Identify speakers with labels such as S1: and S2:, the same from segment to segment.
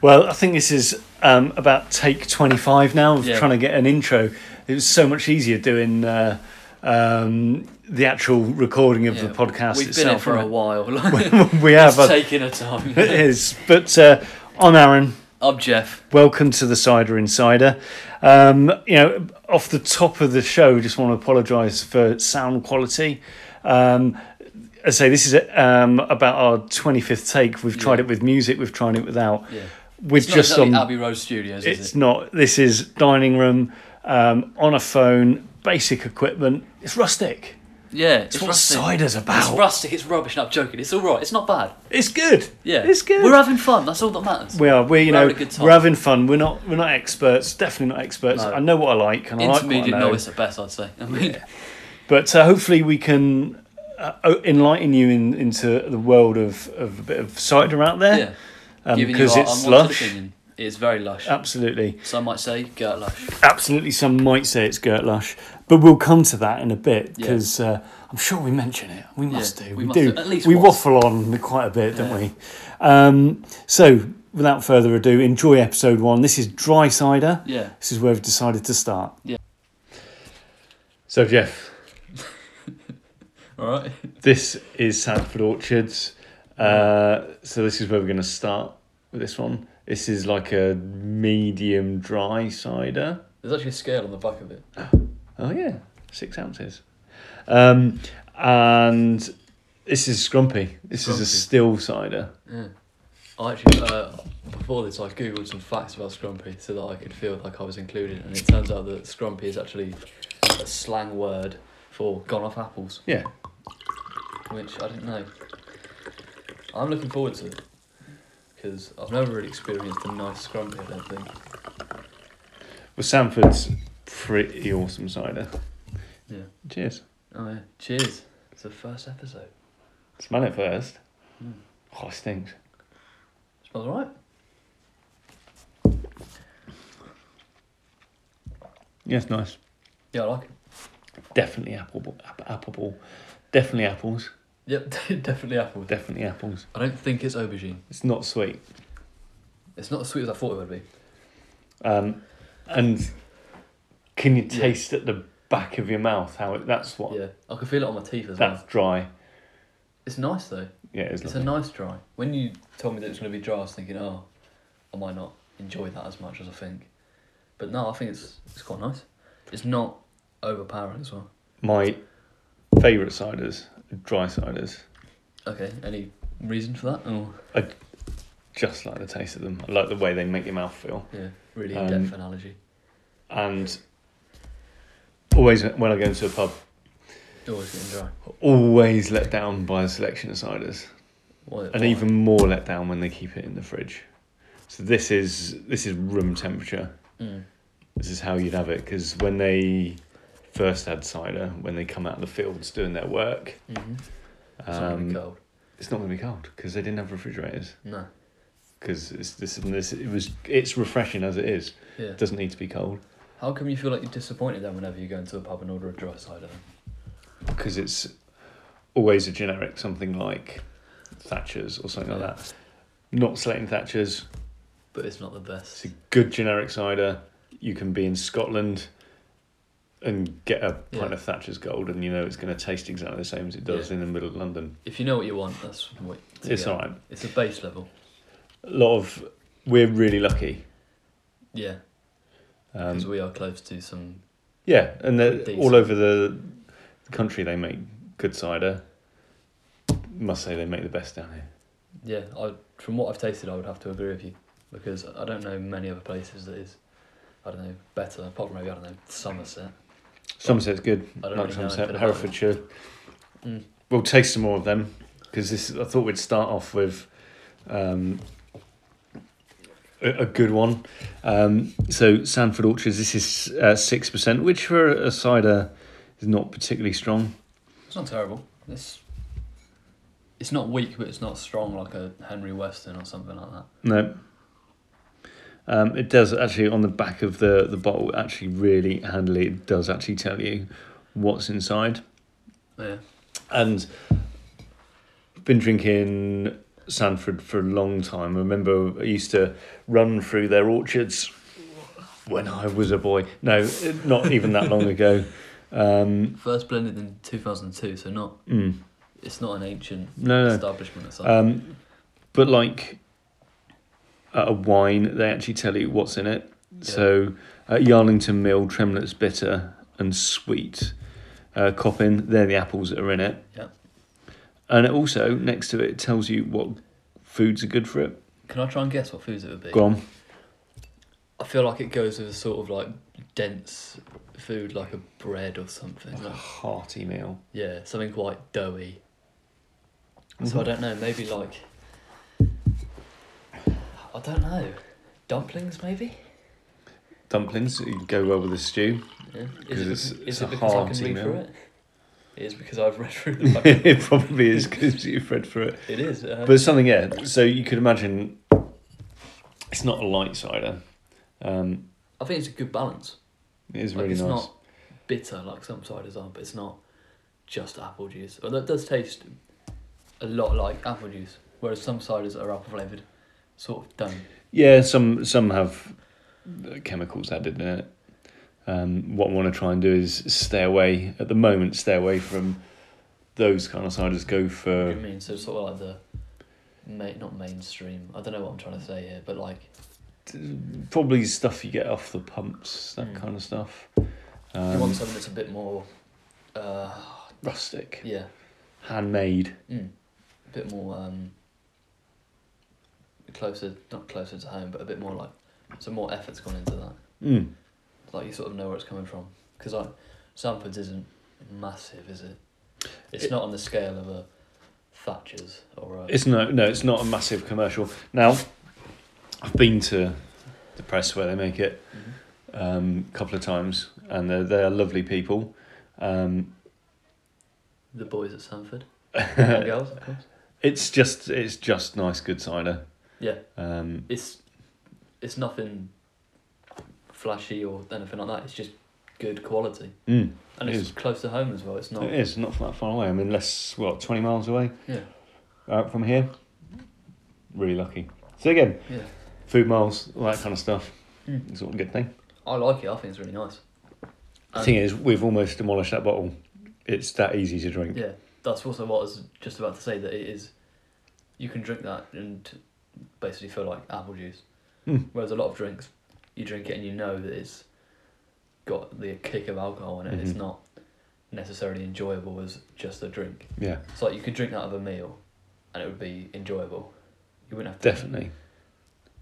S1: Well, I think this is um, about take 25 now. of
S2: Yeah.
S1: Trying to get an intro. It was so much easier doing uh, um, the actual recording of
S2: Yeah,
S1: the podcast
S2: We've been here
S1: itself.
S2: for a
S1: wasn't
S2: while.
S1: it? we have.
S2: it's
S1: uh,
S2: taking a
S1: It
S2: time.
S1: is. But uh, I'm Aaron.
S2: I'm Jeff.
S1: Welcome to the Cider Insider. Um, you know, off the top of the show, just want to apologise for sound quality. Um, I say this is um, about our 25th take. We've tried
S2: Yeah.
S1: it with music. We've tried it without.
S2: Yeah.
S1: We're
S2: It's not
S1: just um,
S2: exactly
S1: on.
S2: Abbey Road Studios, is
S1: It's
S2: it?
S1: not. This is dining room um, on a phone, basic equipment. It's rustic.
S2: Yeah, it's,
S1: It's, what
S2: rustic.
S1: cider's
S2: It's
S1: about. It's,
S2: rustic. It's rubbish. No, I'm joking. It's all right. It's not bad.
S1: good.
S2: Yeah,
S1: it's good.
S2: We're having fun. That's all that matters.
S1: we are. We're you
S2: we're
S1: know
S2: having a good time.
S1: we're having fun. We're not we're not experts. Definitely not experts.
S2: No.
S1: I know what I like and I like what I
S2: Intermediate
S1: know.
S2: novice at best, I'd say. I mean,
S1: But uh, hopefully we can uh, o- enlighten you in, into the world of, of a bit of cider out there.
S2: yeah,
S1: Um,
S2: giving
S1: because
S2: you our
S1: it's
S2: unwanted
S1: lush.
S2: opinion. It is very lush.
S1: Absolutely,
S2: Some might say girt lush.
S1: absolutely. Some might say it's Gert Lush, but we'll come to that in a bit
S2: Yeah.
S1: because uh, I'm sure we mention it. We must
S2: Yeah,
S1: do.
S2: we
S1: We,
S2: must
S1: do.
S2: do, at least
S1: we
S2: once.
S1: waffle on quite a bit, don't we? Um, so, without further ado, enjoy episode one. This is dry cider.
S2: Yeah.
S1: This is where we've decided to start.
S2: Yeah.
S1: So Jeff,
S2: All right.
S1: This is Sanford Orchards. Uh, so this is where we're going to start with this one. This is like a medium dry cider.
S2: There's actually a scale on the back of it.
S1: Oh yeah, six ounces. Um, and this is Scrumpy. This is
S2: Scrumpy.
S1: a still cider.
S2: I actually, uh, before this, I googled some facts about Scrumpy so that I could feel like I was included, and it turns out that Scrumpy is actually a slang word for gone off apples,
S1: Yeah.
S2: which I didn't know. I'm looking forward to it because I've never really experienced a nice Scrumpy, I don't think.
S1: Well, Sanford's pretty awesome cider.
S2: Yeah.
S1: Cheers.
S2: Oh, yeah. Cheers. It's the first episode.
S1: Smell it first.
S2: Mm.
S1: Oh, it stinks.
S2: Smells alright.
S1: Yeah, it's nice.
S2: Yeah, I like it.
S1: Definitely apple, apple, apple, definitely apples,
S2: Yep, definitely apple.
S1: definitely apples.
S2: I don't think it's aubergine.
S1: It's not sweet.
S2: It's not as sweet as I thought it would be.
S1: Um, and can you taste at the back of your mouth how it, that's what
S2: Yeah, I can feel it on my teeth as well.
S1: that's dry.
S2: It's nice though.
S1: Yeah, it's,
S2: It's a
S1: lovely.
S2: nice dry. When you told me that it was going to be dry, I was thinking, oh, I might not enjoy that as much as I think. But no, I think it's it's quite nice. It's not overpowering as well.
S1: my favourite ciders, are dry ciders.
S2: Okay, any reason for that? Oh,
S1: I just like the taste of them. I like the way they make your mouth feel.
S2: yeah, really in
S1: Um,
S2: depth analogy.
S1: And always when I go into a pub,
S2: Always getting dry.
S1: always let down by the selection of ciders,
S2: Why-
S1: and
S2: why?
S1: even more let down when they keep it in the fridge. So this is this is room temperature.
S2: Mm.
S1: this is how you'd have it because when they first had cider when they come out of the fields doing their work
S2: hmm it's not gonna be
S1: um,
S2: cold.
S1: it's not going to be cold because they didn't have refrigerators
S2: No.
S1: because it's this and this it was it's refreshing as it is
S2: Yeah.
S1: it doesn't need to be cold
S2: How come you feel like you're disappointed then whenever you go into a pub and order a dry cider? Then?
S1: because it's always a generic something like thatcher's or something like that not slating thatcher's
S2: But it's not the
S1: it's
S2: best.
S1: a good generic cider you can be in scotland and get a pint
S2: Yeah.
S1: of thatcher's gold and you know it's going to taste exactly the same as it does in the middle of london
S2: If you know what you want, that's what. to
S1: it's
S2: get.
S1: all right
S2: It's a base level.
S1: a lot of we're really lucky
S2: Yeah,
S1: um,
S2: because we are close to some
S1: yeah and they're
S2: Decent.
S1: all over the country they make good cider must say they make the best down here
S2: Yeah, I from what I've tasted, I would have to agree with you because I don't know many other places that is, I don't know, better. Apart from maybe I don't know Somerset.
S1: somerset's good
S2: I don't
S1: like
S2: really know
S1: somerset
S2: anything about
S1: herefordshire
S2: Mm.
S1: we'll taste some more of them because this is- i thought we'd start off with um, a, a good one um, so sanford orchards this is uh, 6% which for a cider is not particularly strong
S2: It's not terrible. It's it's not weak, but it's not strong like a Henry Weston or something like that.
S1: No. Um, it does actually on the back of the, the bottle actually really handily it does actually tell you what's inside.
S2: Yeah,
S1: And been drinking Sanford for a long time. I remember I used to run through their orchards when I was a boy. No, not even that long ago. Um,
S2: First blended in 2002, so not
S1: mm,
S2: it's not an ancient
S1: no, no.
S2: establishment or something.
S1: Um, but like uh, a wine, they actually tell you what's in it. So uh, Yarlington Mill, Tremlett's bitter and sweet. Uh, Coppin, they're the apples that are in it.
S2: Yeah.
S1: And it also next to it, it tells you what foods are good for it.
S2: Can I try and guess what foods it would be?
S1: Go on.
S2: I feel like it goes with a sort of like dense food, like a bread or something.
S1: Like a
S2: Like,
S1: hearty meal.
S2: yeah, something quite doughy. So I don't know. Maybe like I don't know. Dumplings, maybe.
S1: Dumplings you go well with a stew.
S2: Yeah.
S1: 'Cause
S2: Is it,
S1: it's-
S2: is
S1: it's a
S2: it because I
S1: hearty
S2: can read through
S1: meal.
S2: it? It is because I've read through the fucking.
S1: it probably is because you've read through it.
S2: it is. Uh,
S1: But it's something, yeah. So you could imagine it's not a light cider. Um,
S2: I think it's a good balance.
S1: it is
S2: Like,
S1: really
S2: it's
S1: nice.
S2: not bitter like some ciders are, but it's not just apple juice. Although it does taste a lot like apple juice, whereas some ciders are apple flavoured, sort of done.
S1: Yeah, some some have chemicals added in it. Um, what I want to try and do is stay away at the moment. Stay away from those kind of ciders. Go
S2: Do you
S1: for
S2: mean? So it's sort of like the, ma- not mainstream. I don't know what I'm trying to say here, but like
S1: probably stuff you get off the pumps, that
S2: Mm.
S1: kind of stuff.
S2: you want
S1: Um,
S2: something that's a bit more, uh,
S1: rustic,
S2: yeah,
S1: handmade.
S2: mm, a bit more um, closer, not closer to home, but a bit more like some more effort's gone into that.
S1: Mm.
S2: like you sort of know where it's coming from because like Sanford's isn't massive, is it? It's
S1: It-
S2: not on the scale of a Thatcher's or a.
S1: It's no, no, it's not a massive commercial. Now, I've been to the press where they make it
S2: Mhm.
S1: um, a couple of times, and they're they're lovely people. Um,
S2: the boys at Sanford and girls, of course.
S1: It's just it's just nice good cider.
S2: Yeah,
S1: Um,
S2: it's it's nothing flashy or anything like that. It's just good quality,
S1: mm,
S2: and
S1: It
S2: it's
S1: is.
S2: close to home as well. It's not.
S1: It is not that far away. I mean, less what twenty miles away
S2: Yeah,
S1: out from here. Really lucky. So again,
S2: yeah.
S1: food miles, all that kind of stuff.
S2: Mm.
S1: It's all a good thing.
S2: I like it. I think it's really nice.
S1: The
S2: Um,
S1: thing is, we've almost demolished that bottle. It's that easy to drink.
S2: Yeah, that's also what I was just about to say. That it is, you can drink that and basically feel like apple juice.
S1: Hmm.
S2: Whereas a lot of drinks, you drink it and you know that it's got the kick of alcohol in it. It's
S1: Mhm.
S2: not necessarily enjoyable as just a drink.
S1: Yeah,
S2: It's like you could drink that of a meal, and it would be enjoyable. You wouldn't have to.
S1: definitely.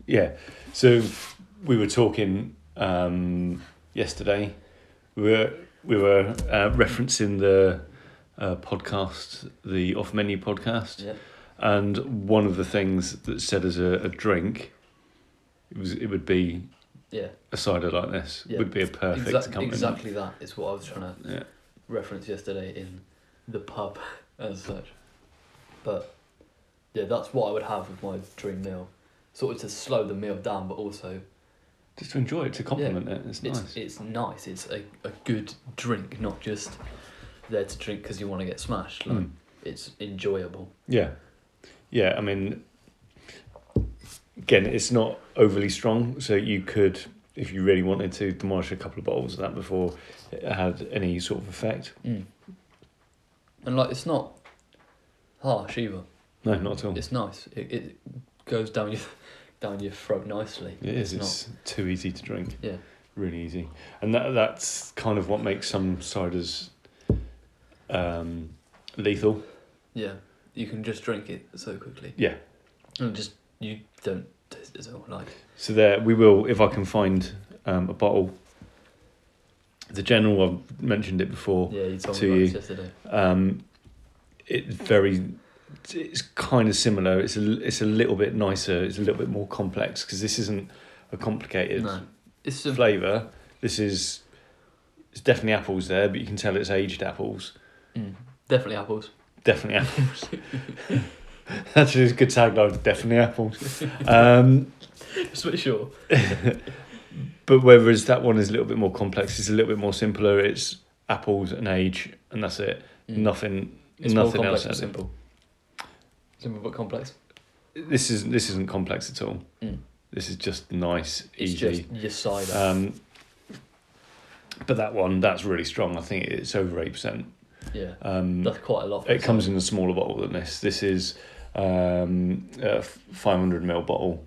S1: Yeah. So we were talking um, yesterday. We were we were uh, referencing the uh, podcast, the off menu podcast.
S2: Yeah.
S1: And one of the things that said as a, a drink, it was it would be
S2: Yeah.
S1: a cider like this
S2: Yeah.
S1: would be a perfect
S2: Exac-
S1: accompaniment.
S2: exactly that is what I was trying to
S1: Yeah.
S2: reference yesterday in the pub as such. But yeah, that's what I would have with my dream meal. Sort of to slow the meal down, but also
S1: Just to enjoy it, to compliment it. It's nice.
S2: it's it's nice. It's a, a good drink, not just there to drink because you want to get smashed. Like
S1: Mm.
S2: it's enjoyable.
S1: Yeah. Yeah, I mean again, it's not overly strong, so you could if you really wanted to demolish a couple of bottles of that before it had any sort of effect.
S2: Mm. And like it's not harsh either.
S1: No, not at all.
S2: It's nice. It, it goes down your down your throat nicely.
S1: It is.
S2: not-
S1: It's too easy to drink.
S2: Yeah.
S1: Really easy, and that that's kind of what makes some ciders um, lethal.
S2: Yeah, you can just drink it so quickly.
S1: Yeah.
S2: And just you don't taste it at all. Like
S1: So there, we will if I can find um, a bottle. The general, I've mentioned it before.
S2: yeah, you told
S1: to
S2: me about
S1: you.
S2: this yesterday.
S1: Um, it's very. It's kind of similar. It's a. It's a little bit nicer. It's a little bit more complex because this isn't a complicated
S2: no, it's sim-
S1: flavor. This is. It's definitely apples there, but you can tell it's aged apples.
S2: mm, definitely apples.
S1: Definitely apples. That's a good tagline. Definitely apples. Um,
S2: Just make sure.
S1: but whereas that one is a little bit more complex, it's a little bit more simpler. It's apples and age, and that's it.
S2: Mm.
S1: Nothing.
S2: It's
S1: nothing
S2: more complex
S1: else.
S2: and simple. Simple but complex.
S1: this is this isn't complex at all.
S2: Mm.
S1: This is just nice,
S2: It's
S1: easy.
S2: just your cider.
S1: E Um, but that one, that's really strong. I think it's over eight percent.
S2: yeah,
S1: Um,
S2: that's quite a lot. for
S1: it comes
S2: cider.
S1: in a smaller bottle than this. This is um, a five hundred ml bottle.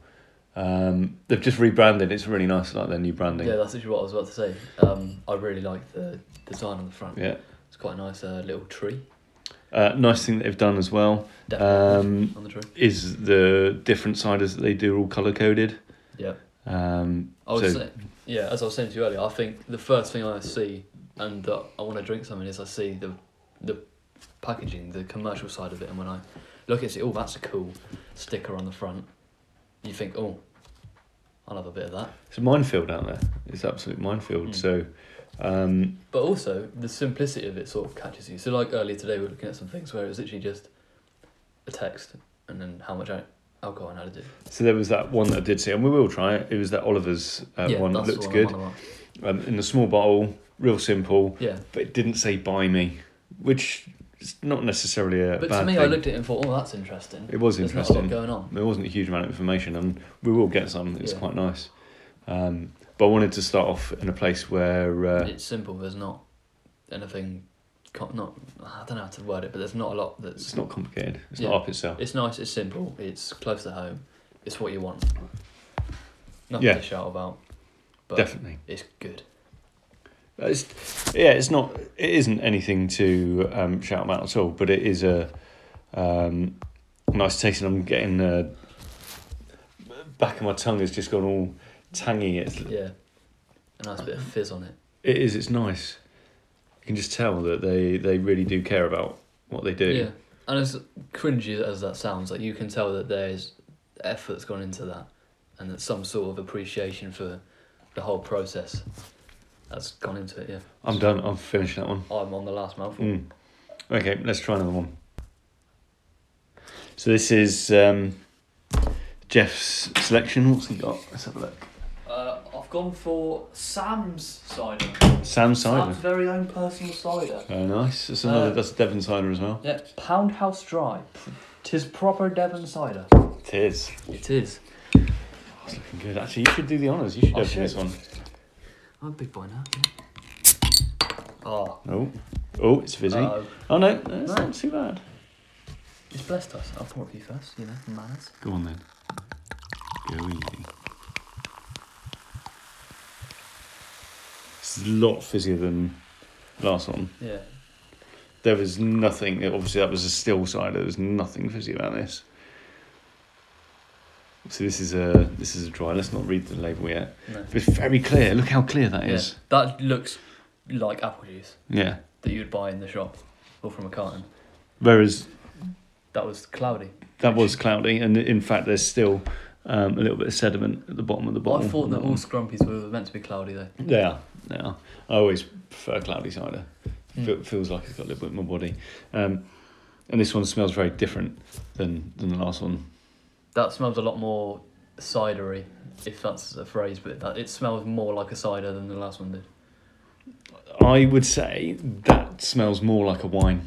S1: Um, they've just rebranded. It's really nice, like their new branding.
S2: Yeah, that's actually what I was about to say. Um, I really like the design on the front.
S1: Yeah.
S2: It's quite a nice uh, little tree.
S1: Uh, nice thing that they've done as well
S2: Definitely
S1: um,
S2: on the tree.
S1: is the different ciders that they do are all color coded.
S2: Yeah.
S1: Um,
S2: I was
S1: so-
S2: saying, yeah, as I was saying to you earlier, I think the first thing I see and that I want to drink something is I see the the packaging, the commercial side of it, and when I look at it, oh, that's a cool sticker on the front. You think, oh, I'll have a bit of that.
S1: It's a minefield out there. It's an absolute minefield.
S2: Mm.
S1: So, um,
S2: But also the simplicity of it sort of catches you. So like earlier today, we were looking at some things where it was literally just a text and then how much al- alcohol and how to do.
S1: so there was that one that I did see, and we will try it. It was that Oliver's uh, one that
S2: that's the
S1: looked
S2: one I'm
S1: good
S2: on about.
S1: um, in the small bottle, real simple,
S2: Yeah,
S1: but it didn't say "buy me," which is not necessarily a
S2: but
S1: bad
S2: to me,
S1: thing.
S2: I looked at it and thought, oh, that's interesting.
S1: it was
S2: There's not a lot
S1: interesting.
S2: going on.
S1: There wasn't a huge amount of information, and we will get some. It's
S2: Yeah.
S1: quite nice. Um, but I wanted to start off in a place where uh,
S2: It's simple. There's not anything, co- not I don't know how to word it, but there's not a lot that's.
S1: it's not complicated. It's
S2: Yeah.
S1: not up itself.
S2: It's nice. It's simple. It's close to home. It's what you want. Nothing
S1: Yeah.
S2: to shout about. But
S1: Definitely.
S2: It's good.
S1: Uh, It's, yeah, it's not. It isn't anything to um, shout about at all, but it is a um, nice taste, and I'm getting uh, back of my tongue has just gone all tangy. It's
S2: Yeah. A nice bit of fizz on it.
S1: it is. It's nice. You can just tell that they they really do care about what they do.
S2: Yeah. And as cringy as that sounds, like you can tell that there's effort's gone into that, and that some sort of appreciation for the whole process that's gone into it. Yeah.
S1: I'm done. I've finished that one.
S2: I'm on the last mouthful.
S1: Mm. Okay, let's try another one. So this is um, Jeff's selection. What's he got? Let's have a look.
S2: Uh, I've gone for Sam's cider.
S1: Sam Simon.
S2: Sam's very own personal cider.
S1: Oh, nice. That's another.
S2: Uh,
S1: that's Devon cider as well.
S2: Yeah, Pound House Dry. Tis proper Devon cider.
S1: It is.
S2: It is.
S1: It's looking good. Actually, you should do the honors. You should
S2: I
S1: open
S2: should.
S1: this one.
S2: I'm a big boy now. Oh,
S1: Oh, oh, it's fizzy.
S2: Uh-oh.
S1: oh no, no, it's
S2: Uh, No.
S1: not too bad.
S2: it's blessed us. I'll pour it for you first, you know, manners.
S1: Go on then. Go easy. It's a lot fizzier than last one.
S2: Yeah.
S1: There was nothing. Obviously, that was a still cider. There was nothing fizzy about this. So this is a this is a dry. Let's not read the label yet.
S2: No.
S1: But it's very clear. Look how clear that
S2: Yeah,
S1: is.
S2: that looks like apple juice
S1: Yeah.
S2: that you'd buy in the shop or from a carton.
S1: Whereas
S2: That was cloudy.
S1: that was cloudy, and in fact, there's still um, a little bit of sediment at the bottom of the bottle.
S2: I thought that all
S1: was.
S2: scrumpies were meant to be cloudy though.
S1: They are, they are. I always prefer cloudy cider.
S2: Mm.
S1: Fe- feels like it's got a little bit more body, um, and this one smells very different than than the last one.
S2: That smells a lot more cidery, if that's a phrase, but that, it smells more like a cider than the last one did.
S1: I would say that smells more like a wine.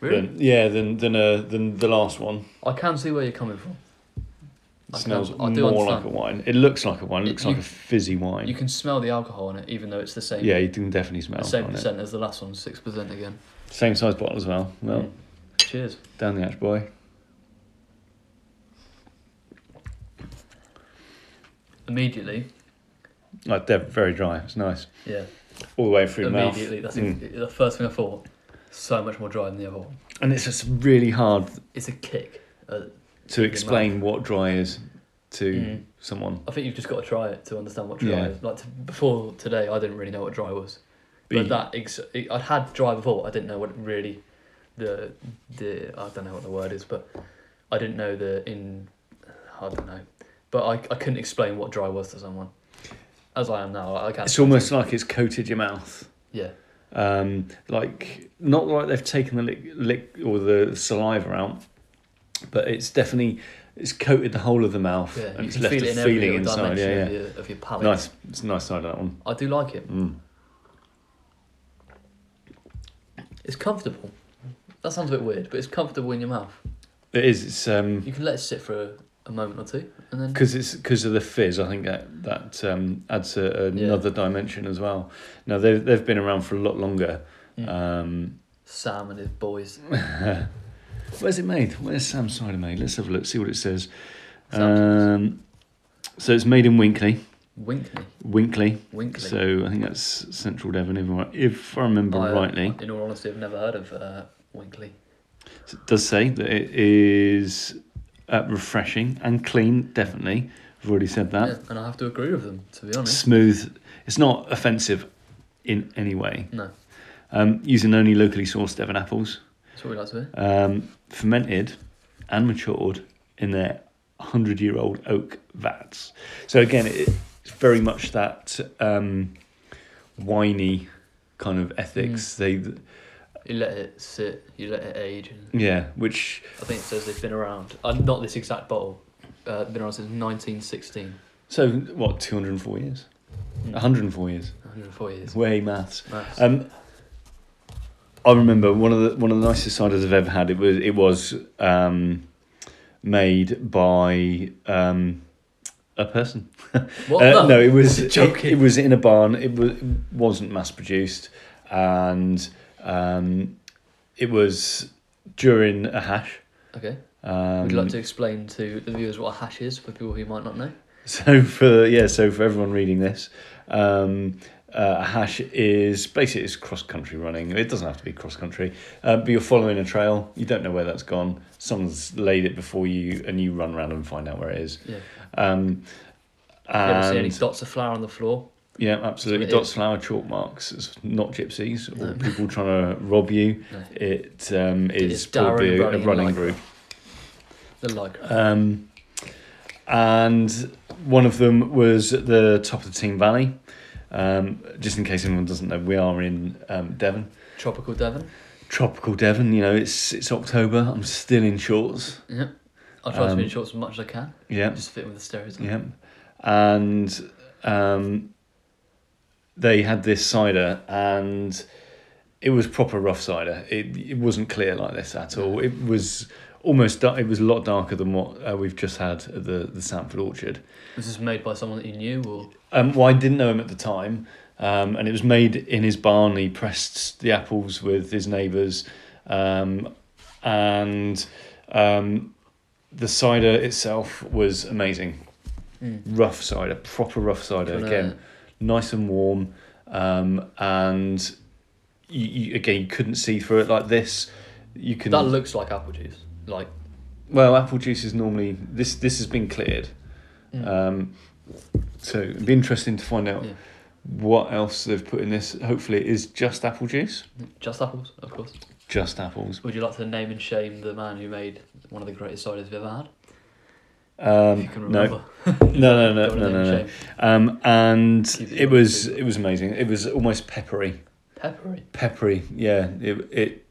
S1: Than, yeah, than than a, than the last one.
S2: I can see where you're coming from.
S1: It
S2: I can-
S1: smells
S2: I
S1: more
S2: do
S1: like
S2: understand.
S1: a wine. It looks like a wine. It
S2: It-
S1: looks
S2: you-
S1: like a fizzy wine.
S2: You can smell the alcohol in it, even though it's the same.
S1: yeah, you can definitely smell
S2: The same
S1: on it.
S2: percent as the last one, six percent again.
S1: Same size bottle as well. Well,
S2: Mm. Cheers.
S1: Down the hatch, boy.
S2: Immediately.
S1: Like they're very dry. It's nice
S2: Yeah.
S1: all the way through the mouth.
S2: Immediately. That's
S1: Mm.
S2: the first thing I thought. So much more dry than the other one.
S1: And it's just really hard
S2: It's a kick. Uh,
S1: to explain what dry is to
S2: Mm.
S1: someone.
S2: I think you've just got to try it to understand what dry
S1: Yeah.
S2: is. Like to, before today, I didn't really know what dry was.
S1: But
S2: But that ex- I'd had dry before. I didn't know what really the the I don't know what the word is, but I didn't know the in I don't know. But I, I couldn't explain what dry was to someone. As I am now, I can't.
S1: It's almost like it's coated your mouth.
S2: yeah.
S1: Um, like not like they've taken the lick, lick or the saliva out, but it's definitely it's coated the whole of the mouth
S2: Yeah,
S1: and
S2: you
S1: it's
S2: can
S1: left
S2: feel
S1: a
S2: it in every
S1: feeling
S2: little
S1: inside.
S2: dimension
S1: Yeah,
S2: Of,
S1: yeah.
S2: your, of your palate.
S1: Nice. It's a nice side of that one.
S2: I do like it.
S1: Mm.
S2: It's comfortable. That sounds a bit weird, but it's comfortable in your mouth.
S1: It is. It's um
S2: You can let it sit for a, a moment or two, and then
S1: because it's because of the fizz. I think that that um, adds a,
S2: Yeah.
S1: another dimension as well. Now they've they've been around for a lot longer.
S2: Mm.
S1: Um,
S2: Sam and his boys.
S1: where's it made? Where's Sam cider made? Let's have a look. See what it says.
S2: Sam's
S1: Um, so it's made in Winkley.
S2: Winkley,
S1: Winkley.
S2: Winkley. Oh,
S1: So I think that's Central Devon, if I, if I remember
S2: I- uh,
S1: rightly.
S2: in all honesty, I've never heard of uh, Winkley.
S1: It does say that it is uh, refreshing and clean, definitely. I've already said that.
S2: Yeah, and I have to agree with them, to be honest.
S1: Smooth. It's not offensive in any way.
S2: No,
S1: Um, using only locally sourced Devon apples,
S2: that's what we like to hear.
S1: um, fermented and matured in their 100 year old oak vats. So, again, it, it's very much that um, winey kind of ethics. They,
S2: You let it sit, you let it age. And
S1: Yeah, which
S2: I think it says they've been around, uh, not this exact bottle, uh, been around since 1916.
S1: so what two hundred and four years,
S2: Mm.
S1: one hundred and four years.
S2: 104 years.
S1: It's way maths.
S2: Nice.
S1: Um, I remember one of the one of the nicest ciders I've ever had. It was it was um, made by um, a person.
S2: what
S1: Uh,
S2: the?
S1: no, it was it,
S2: joking.
S1: it was in a barn. It was it wasn't mass produced, and um, it was during a hash.
S2: Okay.
S1: Um,
S2: Would you like to explain to the viewers what a hash is for people who might not know?
S1: So for yeah, so for everyone reading this, um, uh, hash is basically it's cross country running. It doesn't have to be cross country, uh, but you're following a trail. You don't know where that's gone. Someone's laid it before you, and you run around and find out where it is.
S2: Yeah.
S1: Um,
S2: you ever see any
S1: and
S2: dots of flour on the floor?
S1: yeah, absolutely.
S2: That's what it
S1: Dots, flower, chalk marks. It's not gypsies or
S2: No.
S1: people trying to rob you.
S2: No.
S1: It um, is
S2: is Darren
S1: probably a
S2: running
S1: running
S2: like-
S1: group.
S2: The lycra.
S1: Um, and one of them was at the top of the Team Valley. Um, just in case anyone doesn't know, we are in um, Devon,
S2: Tropical Devon.
S1: tropical Devon. You know, it's it's October. I'm still in shorts.
S2: Yeah. I try to
S1: Um,
S2: be in shorts as much as I can.
S1: Yeah,
S2: Just fit with the stereotype.
S1: yeah. And um, they had this cider, and it was proper rough cider. It it wasn't clear like this at all. It was almost dar- it was a lot darker than what uh, we've just had at the the Sanford Orchard.
S2: Was this made by someone that you knew or
S1: Um, well, I didn't know him at the time, um, and it was made in his barn. He pressed the apples with his neighbours, um, and um, the cider itself was amazing.
S2: Mm.
S1: Rough cider, proper rough cider.
S2: Kinda-
S1: Again, nice and warm, um, and you, you, again, you couldn't see through it like this. You can
S2: that looks like apple juice. Like
S1: well, apple juice is normally this. This has been cleared,
S2: Mm.
S1: um, so it'd be interesting to find out
S2: Yeah.
S1: what else they've put in this. Hopefully, it is just apple juice,
S2: just apples, of course.
S1: just apples.
S2: Would you like to name and shame the man who made one of the greatest ciders we've ever had?
S1: Um,
S2: If you can
S1: no,
S2: remember.
S1: no, no, no,
S2: Don't
S1: no,
S2: wanna name
S1: no, no.
S2: and shame.
S1: Um, and
S2: Keep it
S1: it
S2: up,
S1: was
S2: keep
S1: it was amazing. It was almost peppery,
S2: Peppery.
S1: peppery. Yeah, it it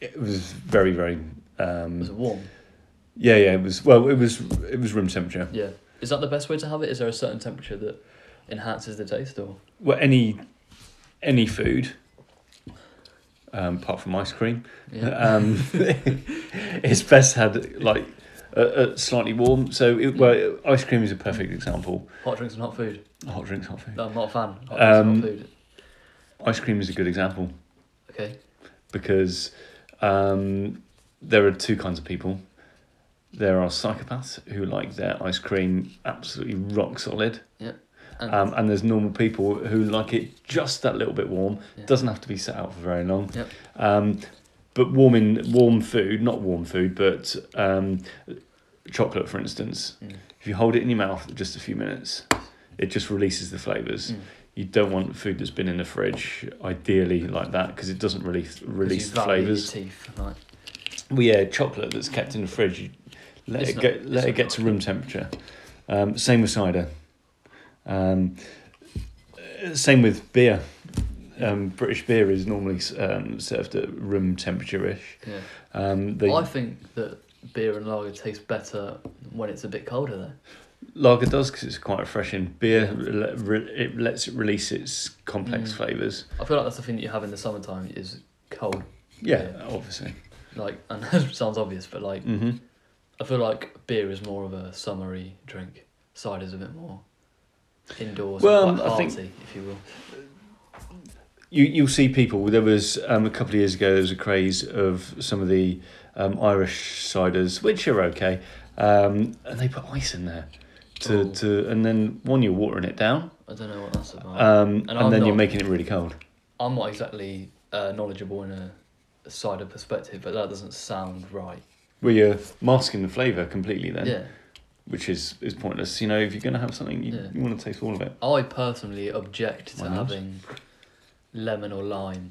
S1: it was very very.
S2: Was
S1: Um,
S2: it warm?
S1: yeah, yeah. It was well. It was it was room temperature.
S2: Yeah. Is that the best way to have it? Is there a certain temperature that enhances the taste or
S1: well, any any food, um, apart from ice cream,
S2: yeah.
S1: um, it's best had like uh, uh, slightly warm. So, it, well, ice cream is a perfect example.
S2: hot drinks and hot food.
S1: Hot drinks, hot food.
S2: I'm not a fan. Hot drinks
S1: Um,
S2: and hot food.
S1: Ice cream is a good example
S2: Okay.
S1: because um, there are two kinds of people. There are psychopaths who like their ice cream absolutely rock solid,
S2: And
S1: um, and there's normal people who like it just that little bit warm.
S2: Yeah.
S1: Doesn't have to be sat out for very long.
S2: Yep.
S1: Um, but warm in warm food, not warm food, but um, chocolate, for instance.
S2: Mm.
S1: If you hold it in your mouth just a few minutes, it just releases the flavors.
S2: Mm.
S1: You don't want food that's been in the fridge, ideally like that, because it doesn't really release
S2: you
S1: the
S2: value your
S1: flavors.
S2: Teeth, like,
S1: Well, yeah, chocolate that's kept in the fridge, you let
S2: It's
S1: it
S2: not-
S1: get
S2: it's
S1: let it
S2: not
S1: get to room temperature. Um, same with cider. Um, uh, same with beer. Um, British beer is normally um, served at room temperature ish.
S2: yeah.
S1: Um, the
S2: I think that beer and lager tastes better when it's a bit colder though.
S1: lager does because it's quite refreshing. Beer
S2: Yeah.
S1: le- re- it lets it release its complex
S2: Mm.
S1: flavors.
S2: I feel like that's the thing that you have in the summertime is cold.
S1: Yeah,
S2: Yeah.
S1: obviously.
S2: Like, and that sounds obvious, but like,
S1: Mm-hmm.
S2: I feel like beer is more of a summery drink. Cider's a bit more indoors,
S1: Well, um,
S2: and quite
S1: I
S2: party,
S1: think-
S2: if you will.
S1: You you'll see people. There was um, a couple of years ago. There was a craze of some of the um, Irish ciders, which are okay, um, and they put ice in there to,
S2: Ooh.
S1: to and then one you're watering it down,
S2: I don't know what that's about.
S1: um, and,
S2: And I'm
S1: then you're
S2: not-
S1: making it really cold.
S2: I'm not exactly uh, knowledgeable in a cider perspective, but that doesn't sound right.
S1: Well, you're masking the flavour completely then,
S2: Yeah.
S1: which is, is pointless. You know, if you're going to have something, you,
S2: Yeah.
S1: you want to taste all of it.
S2: I personally object to
S1: Why not?
S2: having lemon or lime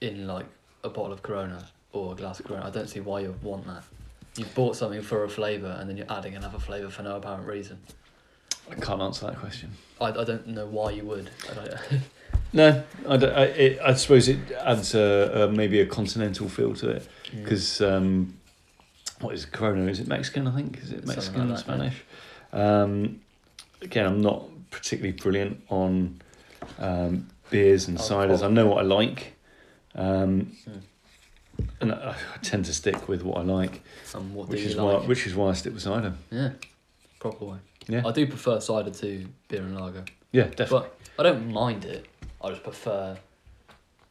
S2: in like a bottle of Corona or a glass of Corona. I don't see why you want that. You've bought something for a flavour and then you're adding another flavour for no apparent reason.
S1: I can't answer that question.
S2: I, I don't know why you would. I don't,
S1: No, I, don't, I, it, I suppose it adds a, a, maybe a continental feel to it because um, what is Corona? Is it Mexican? I think is it Mexican
S2: Something like that, yeah.
S1: Spanish? Um, again, I'm not particularly brilliant on um, beers and
S2: Oh,
S1: ciders. I
S2: oh.
S1: know what I like, um,
S2: Hmm.
S1: and I, I tend to stick with what I like,
S2: and what
S1: which
S2: do you
S1: is
S2: like?
S1: why which is why I stick with cider.
S2: Yeah, proper way.
S1: Yeah,
S2: I do prefer cider to beer and lager,
S1: yeah, definitely.
S2: but I don't mind it. I just prefer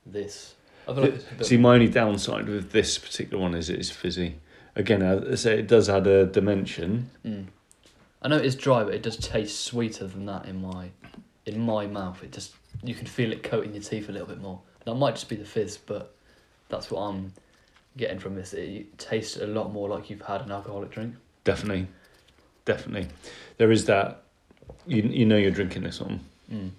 S2: this. I feel like it's a bit-
S1: See, my only downside with this particular one is it's fizzy. Again, I say it does add a dimension.
S2: Mm. I know it's dry, but it does taste sweeter than that in my in my mouth. It just you can feel it coating your teeth a little bit more. That might just be the fizz, but that's what I'm getting from this. It tastes a lot more like you've had an alcoholic drink.
S1: Definitely, definitely, there is that. You you know you're drinking this one,
S2: Mm.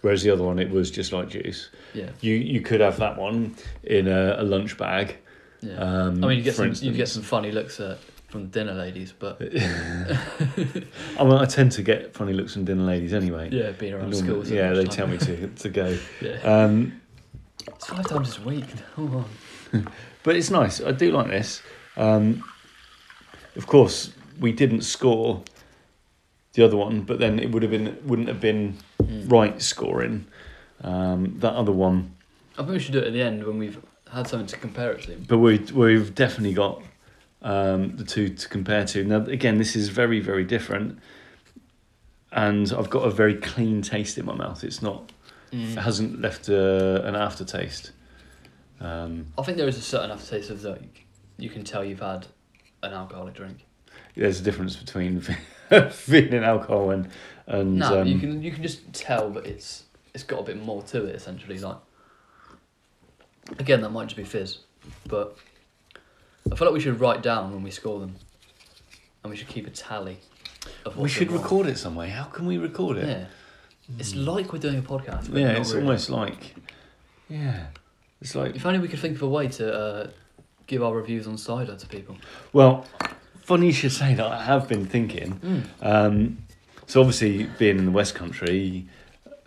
S1: whereas the other one it was just like juice.
S2: Yeah,
S1: You you could have that one in a, a lunch bag.
S2: yeah.
S1: Um,
S2: I mean, you get
S1: for
S2: some you get some
S1: instance.
S2: funny looks at from dinner ladies, but
S1: I mean, I tend to get funny looks from dinner ladies anyway.
S2: yeah, being around
S1: Normally-
S2: schools. at
S1: yeah, they
S2: lunchtime.
S1: tell me to to go.
S2: Yeah.
S1: Um,
S2: It's five times a week. Hold on.
S1: But it's nice. I do like this. Um, of course, we didn't score the other one, but then it would have been wouldn't have been
S2: Mm.
S1: right scoring um, that other one.
S2: I think we should do it at the end when we've had something to compare it to.
S1: But we we've definitely got um, the two to compare to. Now again, this is very very different, and I've got a very clean taste in my mouth. It's not.
S2: Mm.
S1: It hasn't left a, an aftertaste. Um,
S2: I think there is a certain aftertaste of that you can tell you've had an alcoholic drink.
S1: there's a difference between feeling alcohol and and
S2: no,
S1: um,
S2: you can you can just tell that it's it's got a bit more to it essentially. Like again, that might just be fizz, but I feel like we should write down when we score them, and we should keep a tally. Of
S1: We
S2: what's
S1: should
S2: gone wrong.
S1: record it somewhere. How can we record it?
S2: Yeah, it's
S1: Hmm.
S2: like we're doing a podcast. but
S1: Yeah,
S2: not
S1: it's
S2: really.
S1: almost like, yeah, it's like.
S2: If only we could think of a way to uh, give our reviews on cider to people.
S1: Well, funny you should say that. I have been thinking. Um, so obviously, being in the West Country,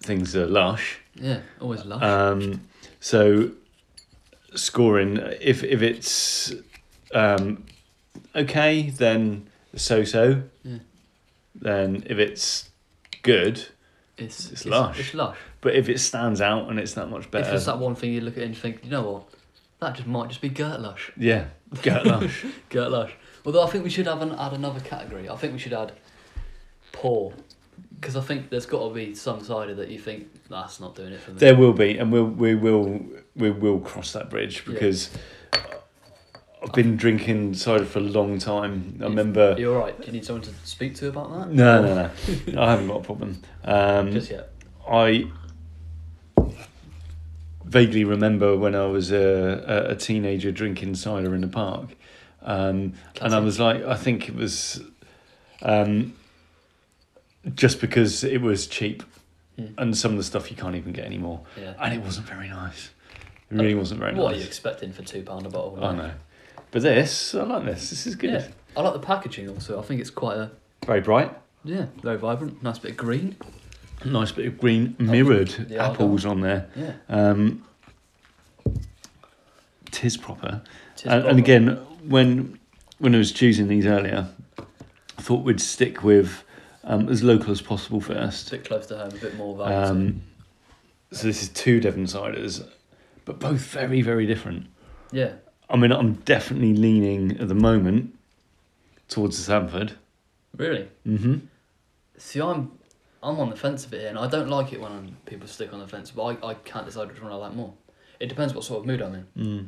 S1: things are lush.
S2: Yeah, always lush.
S1: Um, so scoring, if if it's um, okay, then so so.
S2: Yeah.
S1: Then if it's good,
S2: it's,
S1: it's lush. um,
S2: It's lush.
S1: but if it stands out and it's that much better,
S2: If it's that one thing you look at and think, you know what, that just might just be Gert Lush.
S1: yeah, get lush.
S2: Gert Lush. Although I think we should have an, add another category. I think we should add poor. Because I think there's got to be some cider that you think, that's not doing it for me.
S1: There will be, and we'll we will we will cross that bridge because I've been drinking cider for a long time. I remember.
S2: You're right. Do you need someone to speak to about that?
S1: No, no, no. I haven't got a problem. Um,
S2: Just yet.
S1: I vaguely remember when I was a, a, a teenager drinking cider in the park, um, and I
S2: Classic.
S1: was like, I think it was um, just because it was cheap,
S2: Hmm.
S1: and some of the stuff you can't even get anymore
S2: Yeah.
S1: and it wasn't very nice. It really wasn't very
S2: What are you
S1: nice.
S2: expecting for £2 a bottle?
S1: I know, but this I like this. This is good.
S2: Yeah. I like the packaging also. I think it's quite a,
S1: Very bright,
S2: yeah, very vibrant. Nice bit of green.
S1: nice bit of green mirrored
S2: yeah, I
S1: apples on there.
S2: Yeah.
S1: Um, tis proper.
S2: Tis
S1: and,
S2: proper.
S1: and again, when when I was choosing these earlier, I thought we'd stick with um, as local as possible
S2: It's
S1: first.
S2: a bit close to home, a bit more vibrant.
S1: Um, so this is two Devon ciders, but both very very different.
S2: yeah.
S1: I mean, I'm definitely leaning at the moment towards the Sanford.
S2: Really?
S1: Mm-hmm.
S2: See, I'm I'm on the fence a bit, here, and I don't like it when people stick on the fence, but I, I can't decide which one I like more. It depends what sort of mood I'm in.
S1: Mm.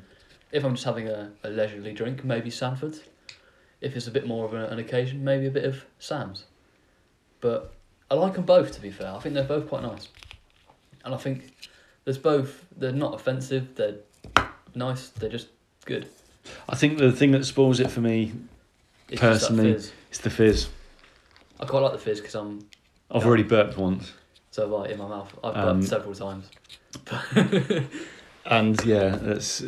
S2: If I'm just having a, a leisurely drink, maybe Sanford. If it's a bit more of a, an occasion, maybe a bit of Sam's. But I like them both, to be fair. I think they're both quite nice. And I think there's both, they're not offensive, they're nice, they're just good.
S1: I think the thing that spoils it for me
S2: It's
S1: Personally-
S2: just that fizz.
S1: is the fizz.
S2: I quite like the fizz because I'm
S1: I've
S2: Yeah.
S1: already burped once,
S2: so like in my mouth. I've
S1: Um,
S2: burped several times.
S1: and yeah, that's.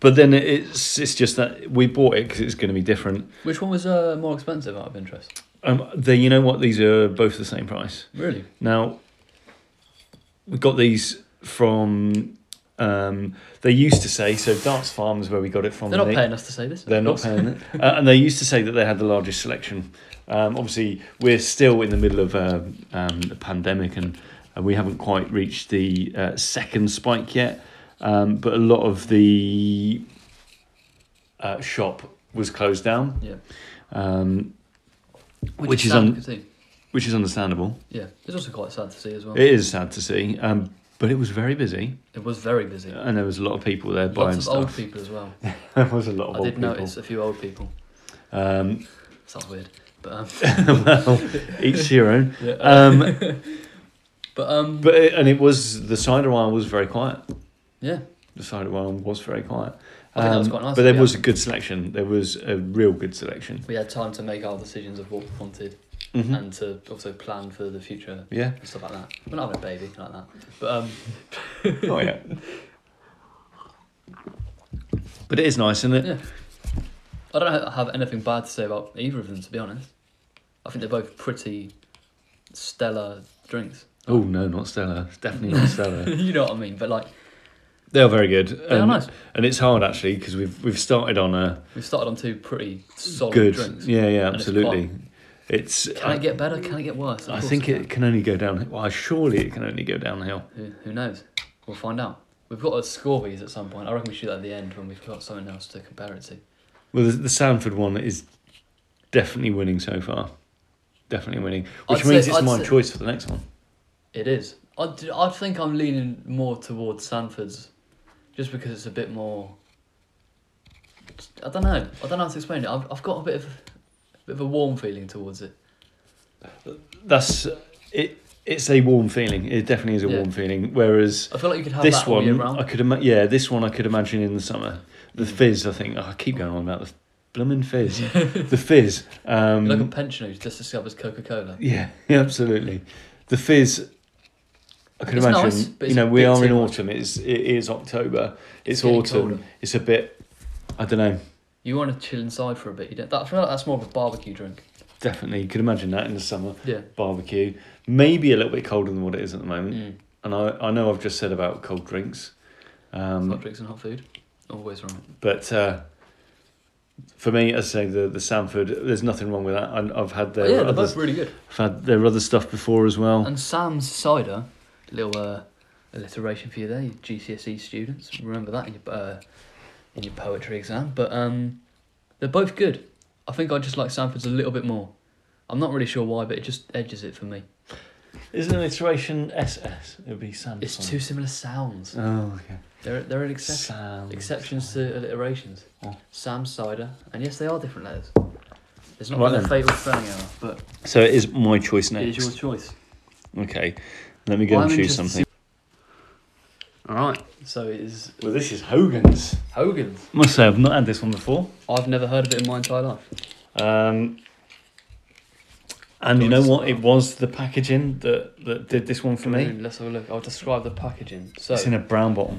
S1: But then it's it's just that we bought it because it's going to be different.
S2: Which one was uh, more expensive out of interest?
S1: Um, they, you know what? These are both the same price.
S2: Really?
S1: Now, we got these from. Um, they used to say so. Darts Farms, where we got it from.
S2: They're not
S1: they-
S2: paying us to say this.
S1: They're not paying it. Uh, and they used to say that they had the largest selection. Um, obviously, we're still in the middle of uh, um, the pandemic and uh, we haven't quite reached the uh, second spike yet. Um, but a lot of the uh, shop was closed down,
S2: Yeah.
S1: um,
S2: Which,
S1: Which is
S2: is sad
S1: un-
S2: to see.
S1: which is understandable.
S2: Yeah. It's also quite sad to see as well.
S1: It is sad to see, um, but it was very busy
S2: It was very busy.
S1: and there was a lot of people there buying
S2: Lots of
S1: stuff.
S2: old people as well.
S1: there was a lot of
S2: I
S1: old
S2: did
S1: people.
S2: notice a few old people.
S1: Um,
S2: Sounds weird, but um,
S1: well, each to your own.
S2: yeah, uh,
S1: Um,
S2: but um,
S1: But it, and it was the cider wine was very quiet.
S2: yeah,
S1: The cider wine was very quiet. Um,
S2: I think that was quite nice
S1: But
S2: to
S1: there
S2: be
S1: was a good selection. There was a real good selection.
S2: we had time to make our decisions of what we wanted
S1: Mhm.
S2: and to also plan for the future
S1: Yeah.
S2: and stuff like that. We're not having a baby like that, but um,
S1: Oh yeah. But it is nice, isn't it?
S2: yeah, I don't ha- have anything bad to say about either of them. To be honest, I think they're both pretty stellar drinks.
S1: Oh no, not Stella. Definitely not Stella.
S2: you know what I mean? But like,
S1: they are very good.
S2: they are
S1: and,
S2: nice.
S1: and it's hard actually because we've we've started on a
S2: We've started on two pretty solid
S1: good.
S2: drinks.
S1: Yeah, yeah,
S2: And it's
S1: absolutely. It's.
S2: Can
S1: I,
S2: it get better? Can it get worse? Of
S1: I
S2: course
S1: think
S2: can.
S1: it can only go down. Well, surely it can only go downhill.
S2: Who, who knows? We'll find out. We've got to score these at some point. I reckon we should do that at the end when we've got something else to compare it to.
S1: Well, the, the Sanford one is definitely winning so far. Definitely winning,
S2: I'd
S1: which means
S2: say-
S1: it's
S2: I'd
S1: my
S2: say-
S1: choice for the next one.
S2: It is. I, d- I think I'm leaning more towards Sanford's just because it's a bit more. I don't know. I don't know how to explain it. I've, I've got a bit of a bit of a warm feeling towards it.
S1: That's it. It's a warm feeling. It definitely is a
S2: Yeah.
S1: warm feeling. Whereas
S2: I feel like you could have
S1: this
S2: that all year
S1: one,
S2: round. Mm.
S1: I could ima- yeah, this one I could imagine in the summer. The fizz, I think. Oh, I keep going on about the blooming fizz. the fizz. Um,
S2: You're like a pensioner who just discovers Coca Cola.
S1: yeah, yeah, absolutely. The fizz. I could
S2: It's
S1: imagine.
S2: nice, but
S1: you
S2: it's
S1: know,
S2: a
S1: we
S2: bit
S1: are in
S2: too much.
S1: autumn. It's it is October. It's,
S2: getting
S1: autumn.
S2: colder.
S1: It's a bit. I don't know.
S2: You want to chill inside for a bit. You don't. That, I feel like that's more of a barbecue drink.
S1: Definitely, you could imagine that in the summer
S2: Yeah.
S1: barbecue. Maybe a little bit colder than what it is at the moment.
S2: Mm.
S1: And I, I know I've just said about cold drinks,
S2: hot
S1: um,
S2: drinks and hot food. Always wrong.
S1: but uh, for me, as I say, the the Sanford, there's nothing wrong with that. I, I've had
S2: But
S1: their
S2: Oh, yeah, they're
S1: other,
S2: both really good.
S1: I've had their other stuff before as well.
S2: And Sam's cider, little uh, alliteration for you there, you GCSE E students. Remember that in your uh, in your poetry exam. But um, they're both good. I think I just like Sanford's a little bit more. I'm not really sure why, but it just edges it for me.
S1: Isn't an iteration SS? It would be Sanford.
S2: It's two similar sounds.
S1: Oh, okay.
S2: They're they're an exception.
S1: Sam-
S2: Exceptions to alliterations.
S1: Oh.
S2: Sam's cider, and yes, they are different letters. It's not
S1: Right
S2: been
S1: then.
S2: a fatal spelling error, but
S1: So it is my choice
S2: it is your
S1: next.
S2: choice.
S1: Okay, let me go
S2: Well,
S1: and
S2: I'm
S1: choose
S2: interested to
S1: something.
S2: All right. So it is
S1: Well, this is Hogan's.
S2: Hogan's.
S1: Must say, I've not had this one before.
S2: I've never heard of it in my entire life.
S1: Um, and you know
S2: Choice.
S1: what? It was the packaging that, that did this one for me.
S2: Let's have a look. I'll describe the packaging. Mm-hmm. So
S1: It's in a brown bottle.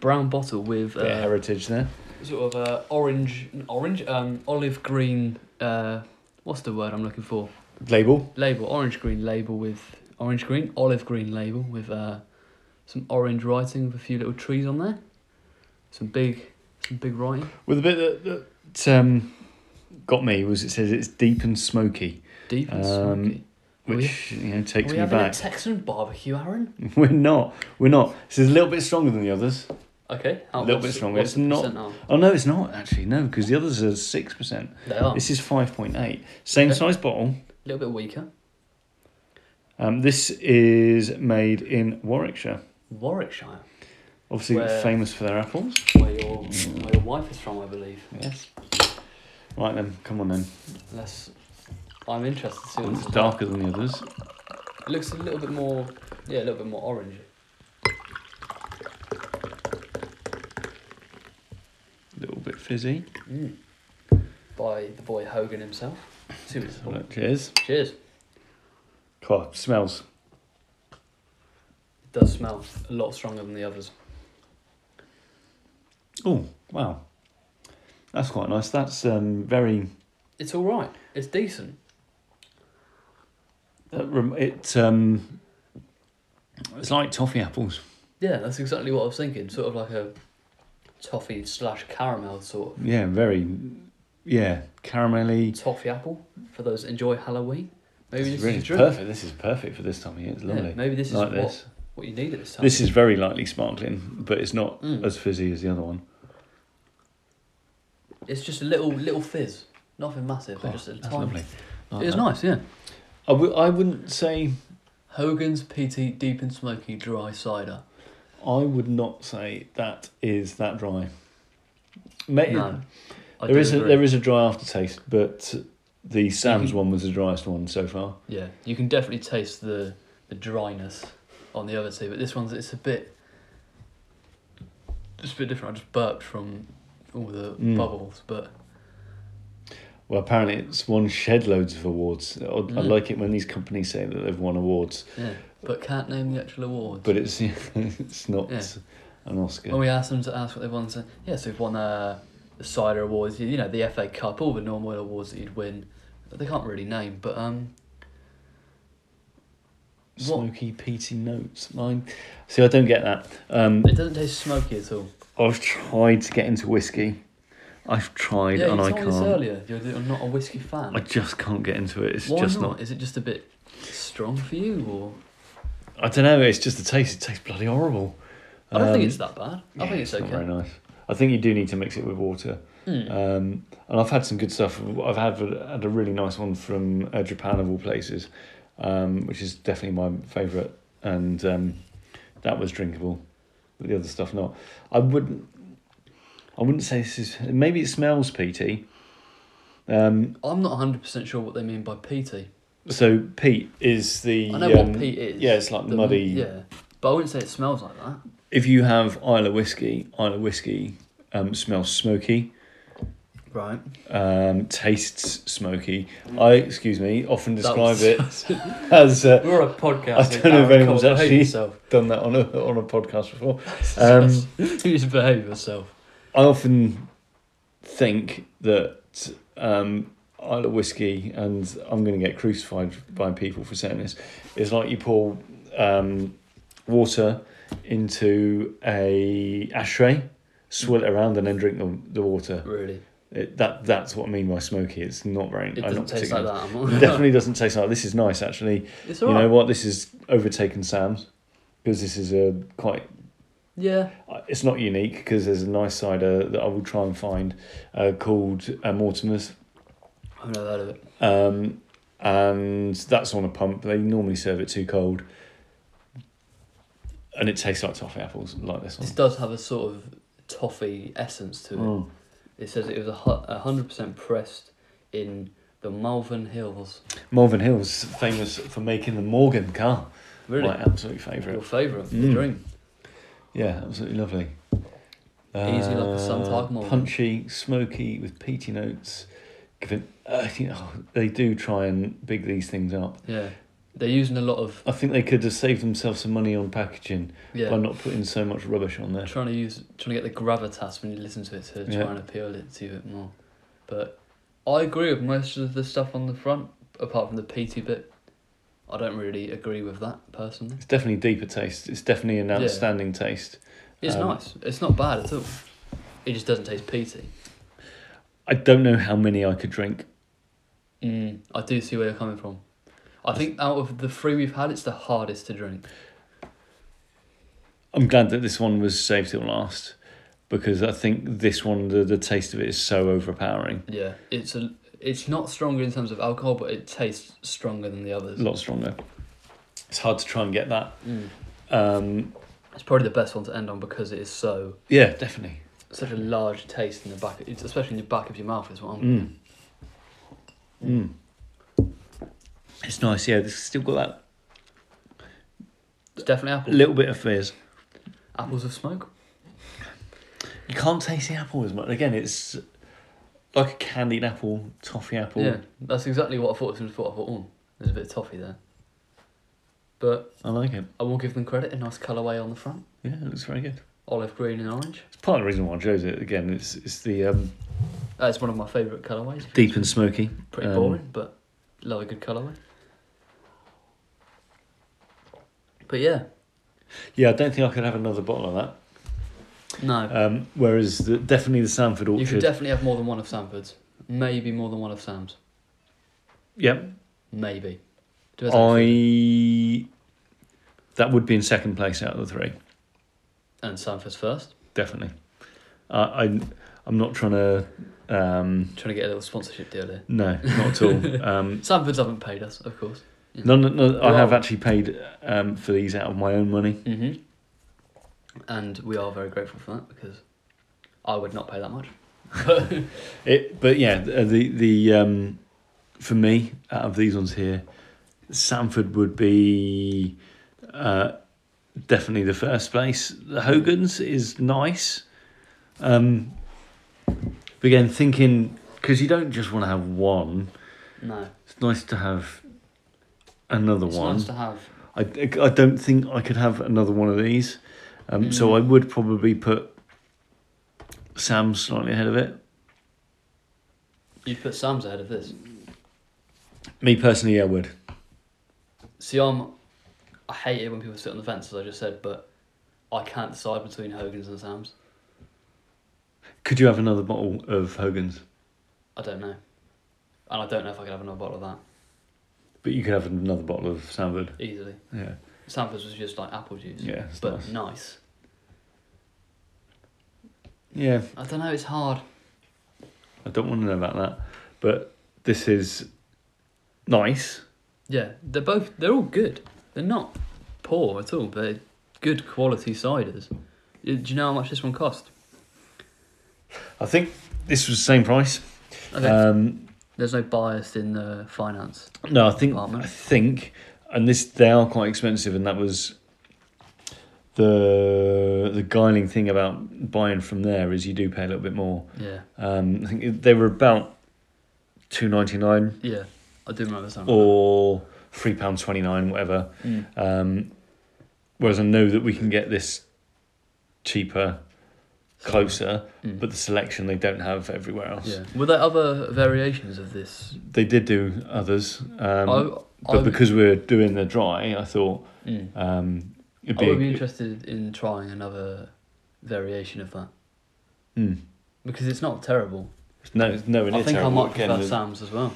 S2: brown bottle with
S1: Bit of
S2: uh,
S1: heritage there.
S2: sort of uh, orange, orange, um, olive green. Uh, what's the word I'm looking for?
S1: Label.
S2: Label, orange green label with orange green, olive green label with uh, some orange writing with a few little trees on there. Some big, some big writing.
S1: Well, the bit that, that um, got me was it says it's deep and smoky,
S2: Deep
S1: Um,
S2: and smoky. Are we-
S1: which you know takes
S2: Are
S1: me
S2: we having a
S1: back.
S2: Texan barbecue, Aaron?
S1: we're not. We're not. This is a little bit stronger than the others.
S3: Okay.
S1: A little bit stronger. It's not.
S2: Percentile.
S1: Oh no, it's not actually. No, because the others are six percent.
S3: They
S2: Oh.
S3: are.
S1: This is five point eight. Same
S3: Okay.
S1: size bottle.
S2: A little bit weaker.
S1: Um, this is made in Warwickshire.
S2: Warwickshire,
S1: Obviously
S3: Where-
S1: famous for their apples.
S2: where your where your wife is from, I believe.
S1: Yes. Right then, come on then.
S2: Unless I'm interested to see what
S1: It's
S2: this is.
S1: darker than the others.
S2: It looks a little bit more, yeah, a little bit more orange.
S1: A little bit fizzy.
S2: By the boy Hogan himself. Super simple.
S1: Right, cheers.
S2: Cheers.
S1: God, smells.
S2: It does smell a lot stronger than the others.
S1: Oh wow, that's quite nice. That's um, very.
S2: It's all right. It's decent.
S1: That uh, rem- it um, it's like toffee apples.
S2: Yeah, that's exactly what I was thinking. Sort of like a toffee slash caramel sort of
S1: Yeah, very. Yeah, caramelly.
S2: toffee apple for those that enjoy Halloween. Maybe
S1: It's
S2: this
S1: really
S2: is a drink.
S1: perfect. This is perfect for this time of year. It's
S2: Yeah,
S1: lovely.
S2: maybe this is
S1: like
S2: what
S1: this.
S2: what you need at this time.
S1: This is very lightly sparkling, but it's not
S2: Mm.
S1: as fizzy as the other one.
S2: It's just a little little fizz, nothing massive, but
S1: Oh,
S2: just a
S1: that's
S2: tiny.
S1: lovely.
S2: It
S1: Like
S2: was
S1: that.
S2: nice, yeah.
S1: I w- I wouldn't say.
S2: Hogan's PT Deep and Smoky Dry Cider.
S1: I would not say that is that dry. May-
S2: No, I
S1: there
S2: do
S1: is a,
S2: agree.
S1: there is a dry aftertaste, but the Sam's one was the driest one so far.
S2: Yeah, you can definitely taste the the dryness on the other two, but this one's it's a bit. It's a bit different. I just burped from all the
S1: Mm.
S2: bubbles, but
S1: Well, apparently it's won shed loads of awards. I, I
S2: Mm.
S1: like it when these companies say that they've won awards,
S2: yeah, but can't name the actual awards.
S1: but it's it's not
S2: Yeah.
S1: an Oscar.
S2: when we asked them to ask what they won, so yeah, so we've won uh, the cider awards, you, you know, the FA Cup, all the normal awards that you'd win. That they can't really name, but um, what-
S1: Smoky peaty notes. Mine. See, I don't get that. Um,
S2: it doesn't taste smoky at all.
S1: I've tried to get into whiskey. I've tried
S2: Yeah, you
S1: and I
S2: told me this
S1: can't.
S2: earlier. You're, you're not a whiskey fan.
S1: I just can't get into it. It's
S2: Why
S1: just
S2: not?
S1: not?
S2: Is it just a bit strong for you, or
S1: I don't know. It's just the taste. It tastes bloody horrible.
S2: I don't think
S1: Um,
S2: it's that bad. I
S1: yeah,
S2: think it's,
S1: not
S2: okay.
S1: very nice. I think you do need to mix it with water.
S2: Hmm.
S1: Um, and I've had some good stuff. I've had had a really nice one from uh, Japan of all places, um, which is definitely my favourite, and um, that was drinkable. But the other stuff not. I wouldn't. I wouldn't say this is. Maybe it smells peaty. Um,
S2: I'm not 100 percent sure what they mean by PT.
S1: so peat is the.
S2: I know
S1: um,
S2: what peat is.
S1: yeah, it's like
S2: The-
S1: muddy.
S2: Yeah, but I wouldn't say it smells like that.
S1: If you have Isla whiskey, Isla whiskey um, smells smoky.
S2: Right.
S1: um, tastes smoky. I, excuse me, often
S2: That
S1: describe
S2: was-
S1: it as uh,
S2: We're on a podcast.
S1: I don't know if anyone's
S2: Behave
S1: actually-
S2: yourself.
S1: done that on a on a podcast before. Um,
S2: Just behave yourself.
S1: I often think that um, Isla whiskey, and I'm going to get crucified by people for saying this, is like you pour um, water into a ashtray, swill it around, and then drink the, the water.
S2: Really,
S1: It, that that's what I mean by smoky. It's not very.
S2: it
S1: I'm
S2: doesn't
S1: not
S2: taste
S1: particularly-
S2: like that. I'm
S1: It
S2: not-
S1: definitely doesn't taste like this is nice actually
S2: it's
S1: you
S2: alright.
S1: know what this has overtaken sam's because this is a quite
S2: Yeah,
S1: uh, it's not unique because there's a nice cider that i will try and find uh, called uh, mortimer's
S2: I've never heard of it.
S1: um, and that's on a pump they normally serve it too cold and it tastes like toffee apples like this one
S2: This does have a sort of toffee essence to it.
S1: Mm.
S2: It says it was a hu- a hundred percent pressed in the Malvern Hills.
S1: malvern hill's famous for making the morgan car
S2: Really,
S1: my absolute
S2: your
S1: favourite
S2: favourite,
S1: Mm.
S2: the dream.
S1: yeah absolutely lovely
S2: Easy like a sun
S1: Uh,
S2: targ Morgan.
S1: Punchy, smoky with peaty notes. Given, uh, you know, they do try and big these things up.
S2: Yeah, they're using a lot of
S1: I think they could have saved themselves some money on packaging
S2: yeah.
S1: by not putting so much rubbish on there.
S2: trying to use trying to get the gravitas when you listen to it to
S1: Yeah.
S2: try and appeal it to you a bit more. But I agree with most of the stuff on the front, apart from the PT bit. I don't really agree with that personally.
S1: It's definitely deeper taste. It's definitely an
S2: Yeah.
S1: outstanding taste.
S2: It's
S1: Um,
S2: nice. It's not bad at all. It just doesn't taste PT.
S1: I don't know how many I could drink.
S2: Mm, I do see where you're coming from. I think out of the three we've had, it's the hardest to drink.
S1: I'm glad that this one was saved till last. because I think this one the, the taste of it is so overpowering,
S2: Yeah, it's a it's not stronger in terms of alcohol, but it tastes stronger than the others.
S1: a lot stronger. It's hard to try and get that.
S2: Mm.
S1: Um,
S2: It's probably the best one to end on because it is so
S1: yeah, definitely.
S2: such a large taste in the back, it's especially in the back of your mouth. Is what I'm.
S1: Mm. Mm. It's nice, yeah. It's still got
S2: It's definitely
S1: that
S2: apple.
S1: little bit of fizz.
S2: Apples of smoke.
S1: You can't taste the apple as much. Again, it's like a candied apple, toffee apple.
S2: Yeah, that's exactly what I thought. As soon as I thought, I thought, oh, there's a bit of toffee there. But
S1: I like it.
S2: I will give them credit. A nice colourway on the front,
S1: Yeah, it looks very good.
S2: olive green and orange.
S1: It's part of the reason why I chose it. Again, it's it's the um,
S2: That's Uh, one of my favourite colourways.
S1: deep and smoky.
S2: Pretty
S1: Um,
S2: boring, but love a good colourway. But yeah,
S1: Um, Yeah, I don't think I could have another bottle of
S2: no,
S1: that. Um, whereas the, definitely the Sanford
S2: you
S1: Orchard.
S2: could definitely have more than one of Sanford's. Maybe more than one of Sam's.
S1: yep.
S2: Maybe. Depends how you
S1: I. That would be in second place out of the three.
S2: feel. and Sanford's first.
S1: definitely. Uh, I I'm not trying to. Um,
S2: trying to get a little sponsorship deal here.
S1: no, not at all. Um,
S2: Sanford's haven't paid us, of course.
S1: none, none, I
S2: Wow.
S1: have actually paid um, for these out of my own money.
S2: Mm-hmm. And we are very grateful for that because I would not pay that much.
S1: It, but yeah, the the, the um, for me out of these ones here, Sanford would be uh, definitely the first place. The Hogan's is nice. Um, but again, thinking because you don't just want to have one.
S2: No.
S1: It's nice to have another
S2: It's
S1: one.
S2: nice to have.
S1: I, I don't think I could have another one of these. Um, So
S2: Mm.
S1: I would probably put Sam slightly ahead of it.
S2: You put Sam's ahead of this.
S1: Me personally, I would.
S2: See, I'm. I hate it when people sit on the fence, as I just said, but I can't decide between Hogan's and Sam's.
S1: Could you have another bottle of Hogan's?
S2: I don't know. And I don't know if I could have another bottle of that
S1: But you could have another bottle of Sanford.
S2: easily.
S1: Yeah.
S2: Sanford's was just like apple juice.
S1: Yeah. It's
S2: But
S1: nice.
S2: nice.
S1: Yeah.
S2: I don't know, it's hard.
S1: I don't want to know about that. But this is nice.
S2: Yeah, they're both they're all good. They're not poor at all. They're good quality ciders. Y- Do you know how much this one cost?
S1: I think this was the same price.
S2: Okay.
S1: Um,
S2: There's no bias in the finance.
S1: No, I think
S2: Apartment.
S1: I think, and this they are quite expensive, and that was the the guiling thing about buying from there is you do pay a little bit more.
S2: Yeah,
S1: Um, I think they were about two ninety nine
S2: yeah. I do remember something.
S1: or three pound twenty nine, whatever.
S2: Mm.
S1: Um, whereas I know that we can get this cheaper, closer,
S2: Mm.
S1: but the selection they don't have everywhere else.
S2: yeah. Were there other variations of this?
S1: They did do others, um,
S2: I,
S1: but
S2: I,
S1: because we're doing the dry, I thought.
S2: Mm.
S1: Um, it'd
S2: I
S1: be,
S2: would be interested in trying another variation of that
S1: Mm.
S2: because it's not terrible.
S1: It's No, it's nowhere near
S2: I think I
S1: terrible.
S2: might
S1: Again,
S2: prefer
S1: the-
S2: Sam's as well.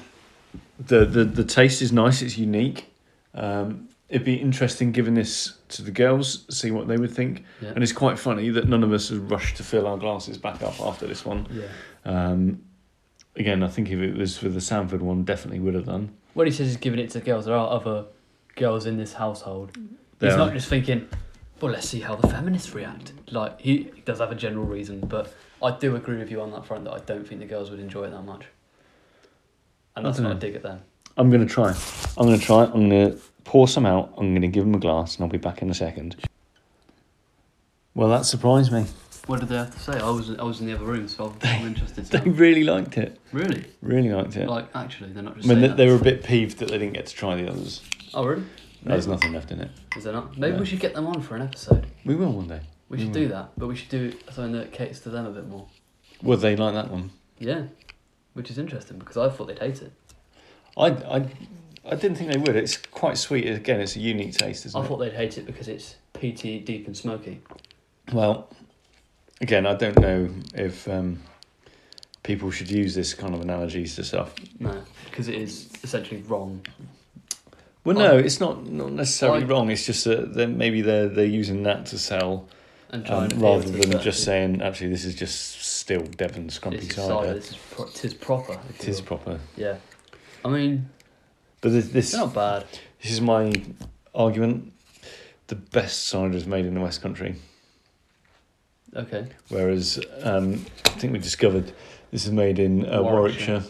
S1: the, the the taste is nice. It's unique. Um, it'd be interesting giving this to the girls, see what they would think.
S2: Yeah.
S1: And it's quite funny that none of us have rushed to fill our glasses back up after this one.
S2: Yeah.
S1: Um, again, I think if it was for the Sanford one, definitely would have done.
S2: When he says he's giving it to girls, there are other girls in this household.
S1: There
S2: He's
S1: are-
S2: not just thinking, well, let's see how the feminists react. Like, he does have a general reason, but I do agree with you on that front that I don't think the girls would enjoy it that much. And that's
S1: I
S2: what I
S1: dunno.
S2: dig at them.
S1: I'm gonna try. I'm gonna try. I'm gonna pour some out. I'm gonna give them a glass, and I'll be back in a second. Well, that surprised me.
S2: What did they have to say? I was I was in the other room, so I'm, I'm interested.
S1: They
S2: To know.
S1: really liked it.
S2: Really?
S1: Really liked it.
S2: Like, actually, they're not
S1: I
S2: just.
S1: mean, they,
S2: saying
S1: they
S2: that.
S1: were a bit peeved that they didn't get to try the others.
S2: Oh, really?
S1: No, There's nothing left in it.
S2: Is there not? Maybe
S1: No.
S2: we should get them on for an episode.
S1: We will one day.
S2: We should
S1: Hmm.
S2: do that, but we should do something that caters to them a bit more.
S1: Would they like that one?
S2: Yeah, which is interesting because I thought they'd hate it.
S1: I, I, I didn't think they would. It's quite sweet. Again, it's a unique taste, isn't
S2: I
S1: it?
S2: thought they'd hate it because it's peaty, deep, and smoky.
S1: Well, again, I don't know if um, people should use this kind of analogies to stuff.
S2: No, because it is essentially wrong.
S1: Well, no, it's not not necessarily
S2: I-
S1: wrong. It's just that then maybe they're they're using that to sell
S2: and try
S1: um,
S2: and appeal
S1: rather
S2: to
S1: than
S2: certain-
S1: just saying actually this is just still Devon Scrumpy
S2: This is
S1: cider.
S2: cider. This is pro- tis proper. if
S1: It
S2: you
S1: is
S2: will.
S1: proper,
S2: yeah. I mean,
S1: but this this,
S2: they're not bad.
S1: this is my argument. The best cider is made in the West Country,
S2: Okay.
S1: whereas um, I think we discovered this is made in uh, Warwickshire.
S2: Warwickshire.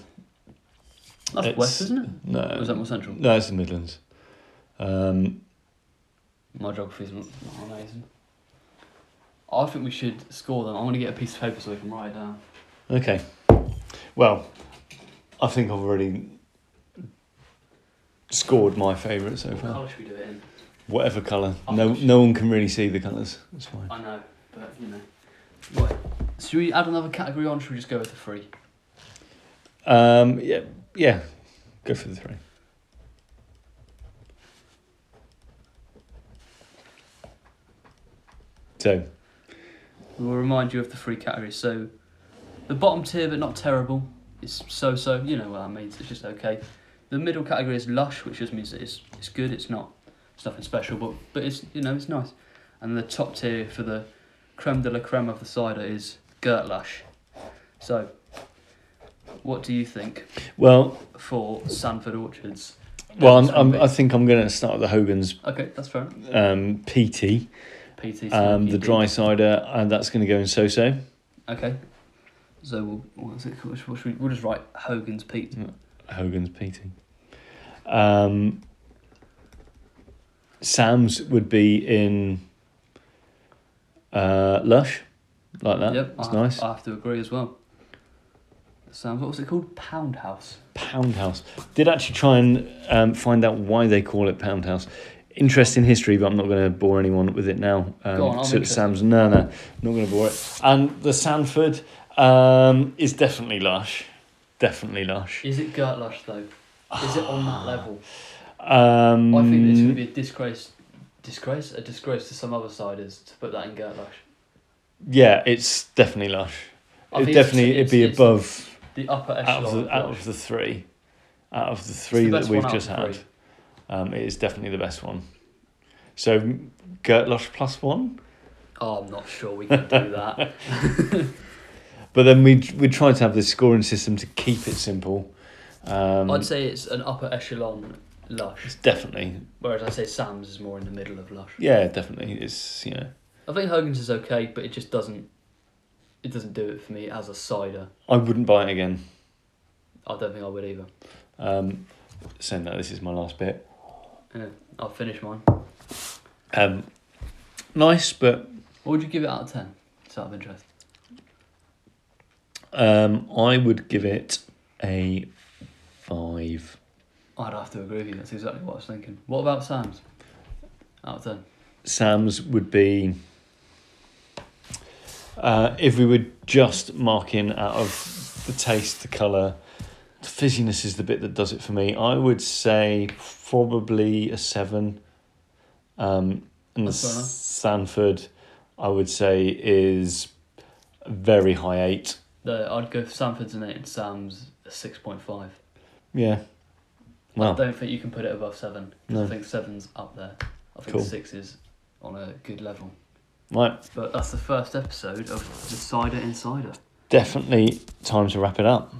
S2: That's
S1: It's- um,
S2: west, isn't it?
S1: No,
S2: Or is that more central?
S1: no, it's the Midlands. Um,
S2: My geography's not not amazing. I think we should score them. I want to get a piece of paper so we can write it down.
S1: okay, well, I think I've already scored my favourite so
S2: What
S1: far.
S2: colour should we do it in?
S1: Whatever colour,
S2: Oh,
S1: no,
S2: gosh.
S1: no one can really see the colours. That's fine.
S2: I know, but you know. What? Should we add another category on? Should we just go with the three?
S1: Um, yeah, yeah, go for the three. So,
S2: We'll remind you of the three categories. So, the bottom tier, but not terrible, is so so. You know what that means. It's just okay. The middle category is lush, which just means that it's it's good. It's not it's nothing special, but but it's you know it's nice. And the top tier for the creme de la creme of the cider is Gert Lush. So, what do you think
S1: well,
S2: for Sanford Orchards?
S1: well, I'm, I'm, I think I'm going to start with the Hogan's
S2: okay, that's fair enough.
S1: um, PT,
S2: PT.
S1: um, the
S2: CPD.
S1: dry cider, and that's going to go in so-so.
S2: Okay. So we'll, what's it called? What should we, we'll just write Hogan's Pete.
S1: Mm, Hogan's PT. Um, Sam's would be in uh, Lush, like that.
S2: yep,
S1: that's
S2: I,
S1: nice.
S2: I have to agree as well. Sounds what was it called? Pound House.
S1: Pound House. Did actually try and um, find out why they call it Pound House. Interesting history, but I'm not going to bore anyone with it now. Um,
S2: Go on, I'm
S1: so
S2: interested.
S1: Sam's no, no, not going to bore it. And the Sanford um, is definitely lush, definitely lush.
S2: Is it Gertlush though? Is it on that level?
S1: Um,
S2: I think it's going to be a disgrace. Disgrace? A disgrace to some other siders to put that in Gertlush.
S1: yeah, it's definitely lush.
S2: I
S1: It
S2: think it's-
S1: definitely
S2: it's-
S1: it'd be
S2: it's
S1: above
S2: The upper
S1: out of,
S2: echelon.
S1: the, out
S2: Gertlush.
S1: of the three, out of the
S2: It's
S1: three
S2: the
S1: that
S2: best
S1: we've
S2: one out
S1: just
S2: of the
S1: had.
S2: three.
S1: Um, it is definitely the best one. So Gert Lush plus one.
S2: Oh, I'm not sure we can do that.
S1: But then we we try to have this scoring system to keep it simple. Um,
S2: I'd say it's an upper echelon lush,
S1: it's definitely,
S2: whereas I say Sam's is more in the middle of lush.
S1: yeah, definitely. It's you know,
S2: I think Hogan's is okay, but it just doesn't. It doesn't do it for me as a cider.
S1: I wouldn't buy it again.
S2: I don't think I would either.
S1: Um, saying that this is my last bit.
S2: Yeah, I'll finish mine.
S1: Um, nice, but
S2: What would you give it out of ten? It's out of interest.
S1: um, I would give it a five.
S2: I'd have to agree with you. That's exactly what I was thinking. What about Sam's? Out of ten.
S1: Sam's would be. Uh, if we were just marking out of the taste, the colour, the fizziness is the bit that does it for me. I would say probably a seven. Um, and the
S2: That's fair enough.
S1: Sanford, I would say, is a very high eight.
S2: No, I'd go for Sanford's an eight and Sam's a six point five.
S1: Yeah.
S2: I
S1: Wow.
S2: don't think you can put it above seven. 'cause
S1: No.
S2: I think seven's up there. I think
S1: Cool.
S2: six is on a good level.
S1: Right.
S2: But that's the first episode of the Cider Insider.
S1: Definitely time to wrap it up.